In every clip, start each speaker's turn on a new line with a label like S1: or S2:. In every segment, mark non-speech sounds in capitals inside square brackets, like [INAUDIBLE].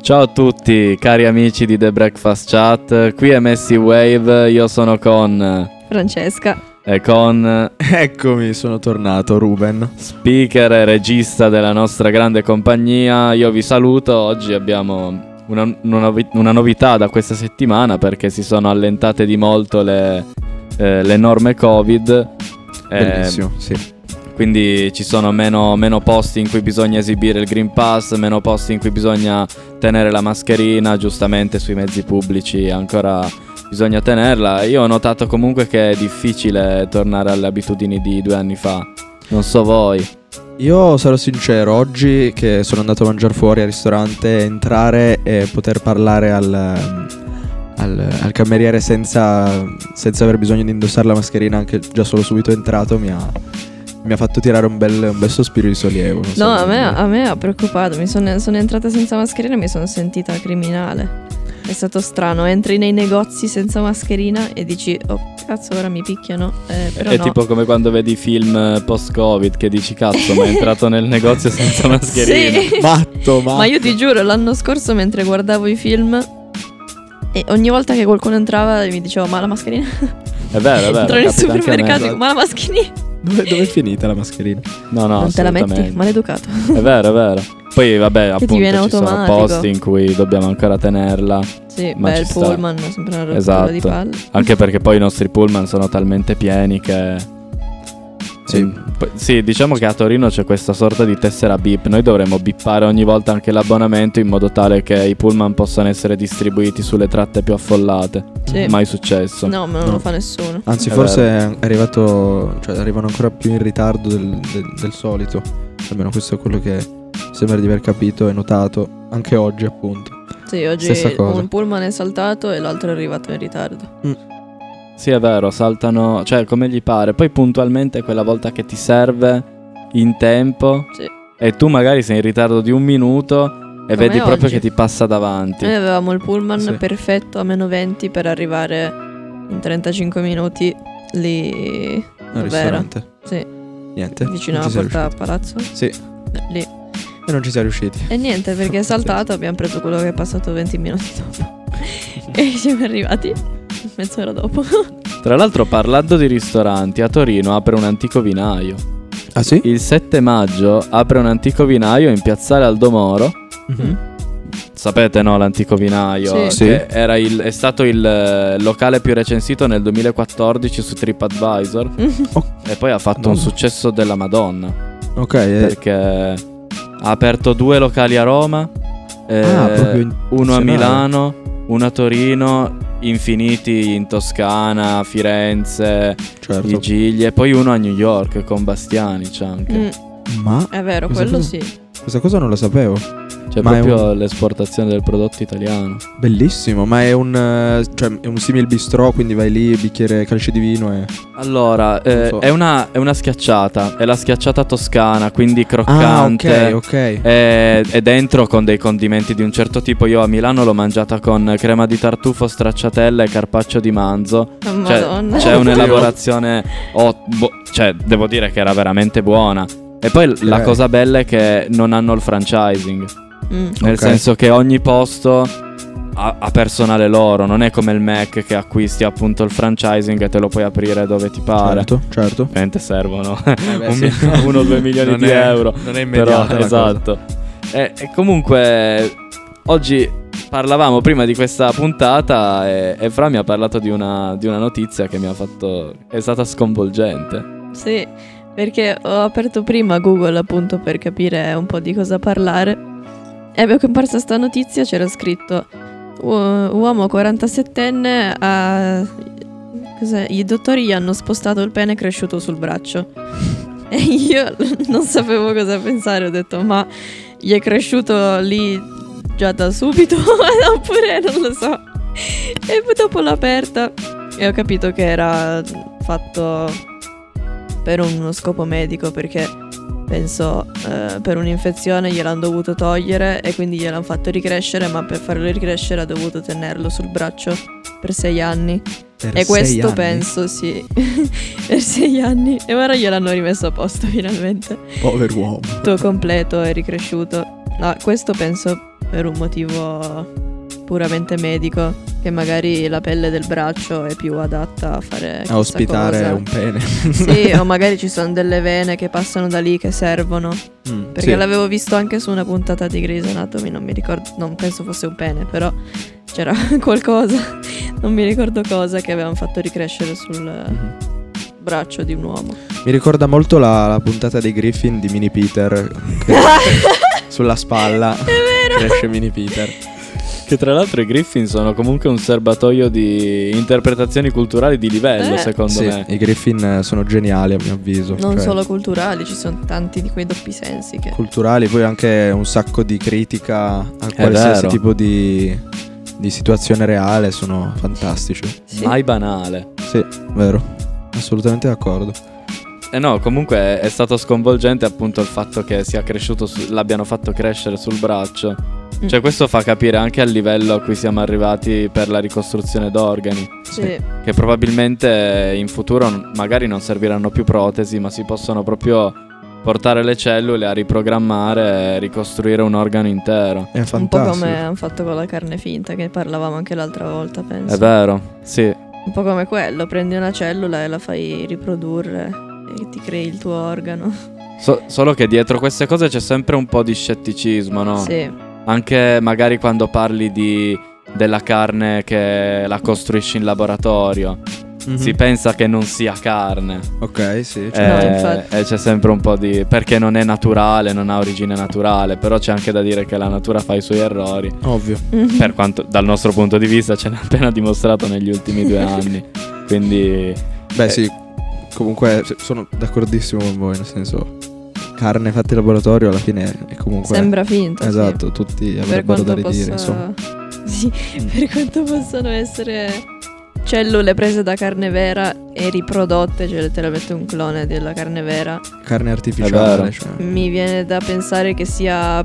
S1: Ciao a tutti, cari amici di The Breakfast Chat, qui è Messi Wave, io sono con...
S2: Francesca.
S1: e con eh,
S3: [LAUGHS] Eccomi, sono tornato, Ruben.
S1: speaker e regista della nostra grande compagnia, io vi saluto, oggi abbiamo una, una novi- una novità da questa settimana perché si sono allentate di molto le, eh, le norme Covid.
S2: Ehm,
S1: Eh,
S3: Bellissimo, sì.
S1: Quindi ci sono meno, meno posti in cui bisogna esibire il Green Pass, meno posti in cui bisogna tenere la mascherina, giustamente sui mezzi pubblici ancora bisogna tenerla. Io ho notato comunque che è difficile tornare alle abitudini di due anni fa. Non so voi.
S3: Io sarò sincero, oggi che sono andato a mangiare fuori al ristorante, entrare e poter parlare al, al- al cameriere senza, senza aver bisogno di indossare la mascherina, anche già solo subito entrato, mi ha, mi ha fatto tirare un bel, un bel sospiro di sollievo. non so
S2: No, a
S3: come
S2: me,
S3: dire.
S2: a me ha preoccupato. Mi sono, sono entrata senza mascherina e mi sono sentita criminale. È stato strano. Entri nei negozi senza mascherina e dici, oh cazzo, ora mi picchiano. Eh, però
S1: è
S2: no.
S1: tipo come quando vedi i film eh, post-Covid che dici cazzo, ma è entrato nel negozio senza mascherina.
S2: [LAUGHS] Sì.
S3: Matto, matto.
S2: Ma io ti giuro, l'anno scorso mentre guardavo i film. E ogni volta che qualcuno entrava mi diceva ma la mascherina [LAUGHS]
S1: È vero, è vero.
S2: entro nel
S1: Eh, capita anche a me. Esatto.
S2: supermercato dico, ma la mascherina
S3: Dove, dove è finita la mascherina?
S1: No, no,
S2: non te la metti
S1: assolutamente. Eh
S2: maleducato
S1: È vero, è vero. Poi vabbè,
S2: Che ti
S1: appunto
S2: viene
S1: ci sono
S2: automatico.
S1: posti in cui dobbiamo ancora tenerla,
S2: sì
S1: Ma
S2: beh
S1: ci
S2: il
S1: sta.
S2: pullman sembra una rottura
S1: Esatto.
S2: di palle
S1: anche perché poi i nostri pullman sono talmente pieni che
S3: Sì.
S1: Eh, poi- sì, diciamo che a Torino c'è questa sorta di tessera bip. Noi dovremmo bippare ogni volta anche l'abbonamento in modo tale che i pullman possano essere distribuiti sulle tratte più affollate.
S2: Sì.
S1: Mai successo.
S2: no ma non
S3: No.
S2: lo fa nessuno
S3: Anzi,
S1: È
S3: forse è arrivato. Cioè, arrivano ancora più in ritardo del, del- del solito. Almeno questo è quello che sembra di aver capito e notato. Anche oggi, appunto.
S2: Sì, oggi
S3: Stessa cosa.
S2: un pullman è saltato e l'altro è arrivato in ritardo.
S1: Sì, è vero, saltano, cioè come gli pare. Poi puntualmente quella volta che ti serve in tempo
S2: Sì.
S1: e tu magari sei in ritardo di un minuto e
S2: Come
S1: vedi proprio
S2: oggi. Eh,
S1: che ti passa davanti.
S2: Noi avevamo il pullman
S3: Sì.
S2: perfetto a meno 20 per arrivare in 35 minuti lì
S3: Al
S2: Vero.
S3: ristorante.
S2: Sì.
S3: Niente.
S2: vicino
S3: Eh, non
S2: alla
S3: ci siamo
S2: porta a palazzo.
S3: riusciti. Sì.
S2: Lì.
S3: E non ci siamo riusciti.
S2: E niente, perché è
S3: Sì.
S2: saltato, abbiamo preso quello che è passato 20 minuti
S3: [LAUGHS]
S2: dopo. e siamo arrivati mezz'ora dopo.
S1: Tra l'altro parlando di ristoranti, a Torino apre un antico vinaio.
S3: Ah, sì?
S1: Il 7 maggio apre un antico vinaio in piazzale Aldomoro.
S2: Mhm.
S3: Mm-hmm.
S1: Sapete no l'antico vinaio?
S2: Sì.
S3: Sì.
S1: Che era il- è stato il eh, locale più recensito nel 2014 su TripAdvisor e poi ha fatto un
S3: Madonna.
S1: successo della Madonna.
S3: Ok. Oh. eh,
S1: perché ha aperto due locali a Roma, eh,
S3: ah, proprio in-
S1: uno a
S3: nazionale.
S1: Milano, uno a Torino, infiniti in Toscana, Firenze,
S3: Certo.
S1: Vigiglie, poi uno a New York con Bastiani c'è anche.
S2: Mm,
S3: Ma
S2: è vero,
S3: Questa
S2: quello
S3: cosa-
S2: sì.
S3: questa cosa non la sapevo.
S1: Cioè
S3: Ma è
S1: proprio l'esportazione del prodotto italiano.
S3: Bellissimo. Ma è un. eh, Cioè, è un simil bistrò. Quindi vai lì, bicchiere calci di vino e.
S1: Allora, eh,
S3: Non so.
S1: è, una, è una schiacciata, è la schiacciata toscana, quindi croccante.
S3: Ah, ok, ok.
S1: E, e dentro con dei condimenti di un certo tipo. Io a Milano l'ho mangiata con crema di tartufo, stracciatella e carpaccio di manzo.
S2: Oh,
S1: Cioè,
S2: Madonna. [LAUGHS]
S1: c'è un'elaborazione. o- boh, cioè, devo dire che era veramente buona. E poi l- la
S3: Ok.
S1: cosa bella è che non hanno il franchising.
S2: Mm.
S1: Nel
S3: Ok.
S1: senso che ogni posto ha, ha personale loro. Non è come il Mac che acquisti appunto il franchising e te lo puoi aprire dove ti pare.
S3: Certo, certo.
S1: Ovviamente servono
S3: beh,
S1: [LAUGHS] un
S3: sì.
S1: mi- uno o due milioni
S3: Non
S1: di
S3: è-
S1: euro.
S3: Non è
S1: Però,
S3: la cosa.
S1: esatto. E, e comunque, oggi parlavamo prima di questa puntata e, e Fra mi ha parlato di una, di una notizia che mi ha fatto... è stata sconvolgente.
S2: Sì, perché ho aperto prima Google appunto per capire un po' di cosa parlare. E avevo comparsa sta notizia, c'era scritto "U- uomo 47enne ha... Cos'è? I dottori gli hanno spostato il pene cresciuto sul braccio. [LAUGHS] E io non sapevo cosa pensare, ho detto ma gli è cresciuto lì già da subito [LAUGHS] oppure non lo so. E poi dopo l'ho aperta e ho capito che era fatto per uno scopo medico perché penso eh, per un'infezione gliel'hanno dovuto togliere e quindi gliel'hanno fatto ricrescere ma per farlo ricrescere ha dovuto tenerlo sul braccio per sei anni
S3: Per
S2: e
S3: sei
S2: questo
S3: anni?
S2: penso sì [LAUGHS] per sei anni e ora gliel'hanno rimesso a posto [LAUGHS] finalmente
S3: Povero uomo.
S2: tutto completo e ricresciuto no questo penso per un motivo puramente medico, che magari la pelle del braccio è più adatta a fare... chissà
S3: a ospitare
S2: cosa.
S3: un [LAUGHS] pene.
S2: Sì, o magari ci sono delle vene che passano da lì che servono.
S3: Mm,
S2: Perché
S3: sì.
S2: l'avevo visto anche su una puntata di Grey's Anatomy, non mi ricordo, non penso fosse un pene, però c'era [LAUGHS] qualcosa, non mi ricordo cosa, che avevano fatto ricrescere sul
S3: Mhm.
S2: braccio di un uomo.
S3: Mi ricorda molto la, la puntata dei Griffin di Mini Peter
S2: [LAUGHS]
S3: che sulla spalla
S2: È vero!
S3: cresce Mini Peter.
S1: Che tra l'altro i Griffin sono comunque un serbatoio di interpretazioni culturali di livello,
S2: Eh,
S1: secondo
S3: Sì,
S1: me.
S3: i Griffin eh, sono geniali a mio avviso.
S2: Non
S3: cioè,
S2: solo culturali, ci sono tanti di quei doppi sensi che...
S3: culturali, poi anche un sacco di critica a
S1: vero.
S3: qualsiasi tipo di, di situazione reale, sono fantastici.
S2: Sì.
S1: Mai banale.
S3: Sì, vero. Assolutamente d'accordo.
S1: Eh no, comunque è stato sconvolgente appunto il fatto che sia cresciuto su- l'abbiano fatto crescere sul braccio. Cioè
S2: Mm.
S1: questo fa capire anche al livello a cui siamo arrivati per la ricostruzione d'organi,
S2: Sì.
S1: che probabilmente in futuro n- magari non serviranno più protesi, ma si possono proprio portare le cellule a riprogrammare e ricostruire un organo intero.
S3: È
S2: Un po'
S3: fantastico.
S2: come hanno fatto con la carne finta che parlavamo anche l'altra volta, penso.
S1: È vero, sì.
S2: Un po' come quello, prendi una cellula e la fai riprodurre e ti crei il tuo organo.
S1: So- solo che dietro queste cose c'è sempre un po' di scetticismo, no?
S2: Sì.
S1: Anche magari quando parli di- della carne che la costruisci in laboratorio,
S3: Mhm.
S1: si pensa che non sia carne.
S3: Ok, sì. certo.
S2: Certo.
S1: Eh,
S2: No, infatti.
S1: eh, c'è sempre un po' di... perché non è naturale, non ha origine naturale, però c'è anche da dire che la natura fa i suoi errori.
S3: Ovvio.
S1: Per quanto dal nostro punto di vista ce n'è appena dimostrato negli ultimi due anni. Quindi
S3: Beh,
S1: Eh.
S3: sì. Comunque se- sono d'accordissimo con voi, nel senso carne fatta in laboratorio alla fine è comunque
S2: Sembra finta. sì.
S3: Esatto, tutti
S2: Per
S3: avrebbero da
S2: quanto,
S3: ridire,
S2: possa-
S3: insomma.
S2: [LAUGHS] Sì, per quanto possano essere cellule prese da carne vera e riprodotte, cioè letteralmente un clone della carne vera,
S3: Carne
S1: È vero.
S3: artificiale, cioè.
S2: mi viene da pensare che sia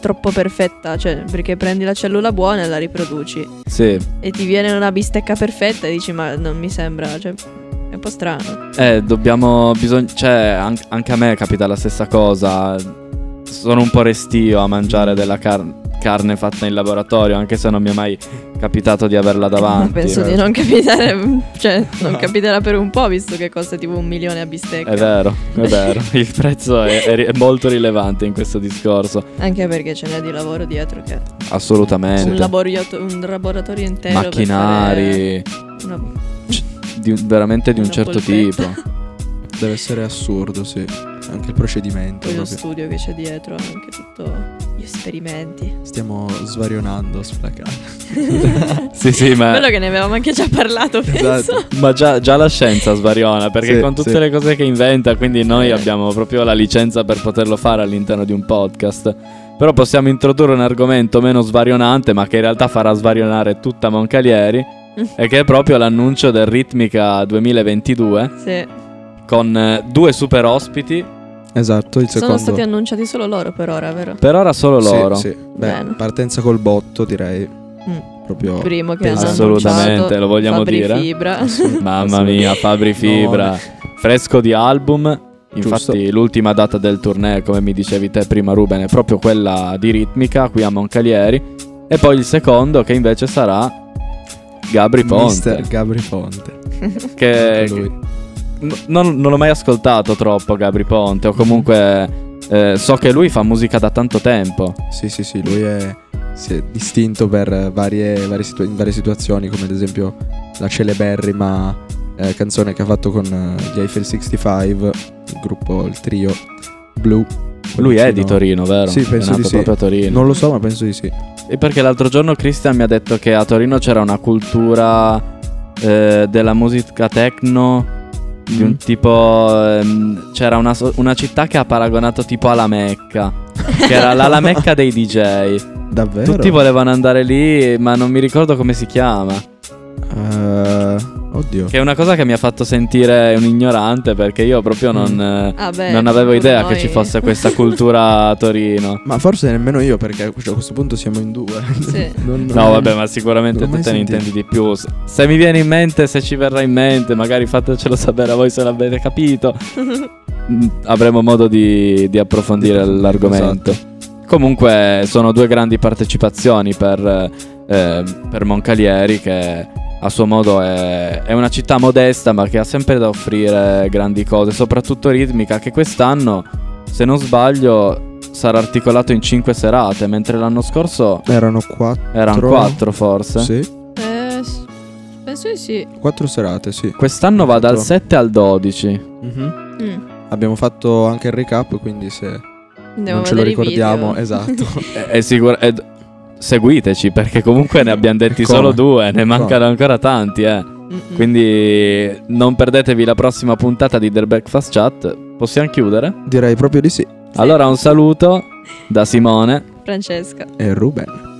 S2: troppo perfetta, cioè perché prendi la cellula buona e la riproduci
S1: sì,
S2: e ti viene una bistecca perfetta e dici ma non mi sembra, cioè è un po' strano.
S1: Eh, dobbiamo. Bisogna, cioè, an- anche a me capita la stessa cosa. Sono un po' restio a mangiare della car- carne fatta in laboratorio, anche se non mi è mai capitato di averla
S2: Ma
S1: davanti. eh.
S2: penso di
S3: certo.
S2: non capitare, cioè non capiterà per un po' visto che costa tipo un milione a bistecca.
S1: Eh, È vero, è
S2: [LAUGHS]
S1: vero. Il prezzo è, è ri- è molto rilevante in questo discorso.
S2: Anche perché ce n'è di lavoro dietro che
S1: Eh,
S2: un,
S1: Assolutamente.
S2: laborato- un laboratorio intero. per
S1: Macchinari.
S2: fare una-
S1: di un- veramente di un
S2: una
S1: certo
S2: polpetta.
S1: tipo.
S3: Deve essere assurdo, sì. Anche il procedimento.
S2: Poi lo
S3: proprio.
S2: studio che c'è dietro, anche tutto gli esperimenti.
S1: Eh.
S3: Stiamo svarionando sulla carne.
S1: Sì, sì,
S2: [LAUGHS]
S1: ma.
S2: Quello che ne avevamo anche già parlato, penso.
S3: Esatto.
S1: ma già, già la scienza
S3: [LAUGHS]
S1: svariona perché
S3: Sì,
S1: con tutte
S3: sì.
S1: le cose che inventa, quindi noi
S2: Eh.
S1: abbiamo proprio la licenza per poterlo fare all'interno di un podcast. Però possiamo introdurre un argomento meno svarionante, ma che in realtà farà svarionare tutta Moncalieri, e che è proprio l'annuncio del Ritmica 2022
S2: Sì.
S1: con eh, due super ospiti,
S3: Esatto, il
S2: Sono
S3: secondo.
S2: stati annunciati solo loro per ora, vero?
S1: per ora solo
S3: Sì,
S1: loro.
S3: sì. Beh,
S2: Bene.
S3: partenza col botto, direi.
S2: Mm.
S3: Proprio.
S2: Primo che hanno
S1: Assolutamente,
S2: annunciato,
S1: lo vogliamo
S2: Fabri
S1: dire.
S2: Fibra.
S1: Mamma mia, Fabri Fibra, fresco di album. Infatti,
S3: Giusto.
S1: l'ultima data del tournée, come mi dicevi te prima, Ruben, è proprio quella di ritmica qui a Moncalieri. E poi il secondo, che invece sarà Gabri Ponte.
S3: Mister Gabri Ponte.
S1: Che
S3: Anche lui.
S1: n- non, non l'ho mai ascoltato troppo, Gabri Ponte. O comunque eh, so che lui fa musica da tanto tempo.
S3: Sì, sì, sì, lui è, si è distinto per eh, varie, varie situa- in varie situazioni, come ad esempio la celeberrima eh, canzone che ha fatto con eh, gli Eiffel 65, il gruppo, il trio Blue.
S1: Lui è
S3: Sì,
S1: di
S3: no.
S1: Torino, vero?
S3: Sì, penso
S1: è nato
S3: di sì.
S1: proprio a Torino.
S3: Non lo so, ma penso di sì.
S1: E perché l'altro giorno Christian mi ha detto che a Torino c'era una cultura eh, della musica techno di un
S3: Mm.
S1: tipo ehm, c'era una, so- una città che ha paragonato tipo alla Mecca, che era la, la Mecca dei DJ.
S3: Davvero?
S1: Tutti volevano andare lì, ma non mi ricordo come si chiama.
S3: Eh, oddio.
S1: Che è una cosa che mi ha fatto sentire un ignorante perché io proprio non, eh,
S2: Ah, beh,
S1: non avevo
S2: pure
S1: idea
S2: noi.
S1: che ci fosse questa cultura a Torino.
S3: Ma forse nemmeno io, perché cioè, a questo punto siamo in due.
S2: [LAUGHS] Sì.
S3: Non- non-
S1: No, vabbè, ma sicuramente
S3: non ho
S1: tu
S3: mai
S1: te ne
S3: sentito.
S1: intendi di più. Se- Se mi viene in mente, se ci verrà in mente, magari fatecelo [LAUGHS] sapere a voi se l'avete
S3: [LAUGHS]
S1: capito. Mm, Avremo modo di, di approfondire
S3: Di approfondire, esatto.
S1: l'argomento. Comunque sono due grandi partecipazioni per, eh, per Moncalieri che a suo modo è, è una città modesta ma che ha sempre da offrire grandi cose, soprattutto ritmica che quest'anno, se non sbaglio, sarà articolato in 5 serate, mentre l'anno scorso
S3: Erano quattro.
S1: erano 4 forse.
S3: Sì.
S2: Eh, s- penso di sì.
S3: Quattro serate, sì.
S1: Quest'anno va dal
S3: Quattro.
S1: 7 al 12.
S3: Mhm.
S2: Mm.
S3: Abbiamo fatto anche il recap, quindi se
S2: Andiamo
S3: non
S2: a
S3: ce
S2: vedere
S3: lo
S2: i
S3: ricordiamo,
S2: video.
S3: [LAUGHS] esatto.
S1: Eh, È, è sicuro- è- seguiteci perché comunque ne abbiamo detti
S3: Come?
S1: solo due, ne mancano ancora tanti, eh.
S2: Mm-mm.
S1: Quindi non perdetevi la prossima puntata di The Breakfast Chat. Possiamo chiudere?
S3: Direi proprio di sì.
S1: Allora un saluto da Simone.
S2: Francesca.
S3: E Ruben.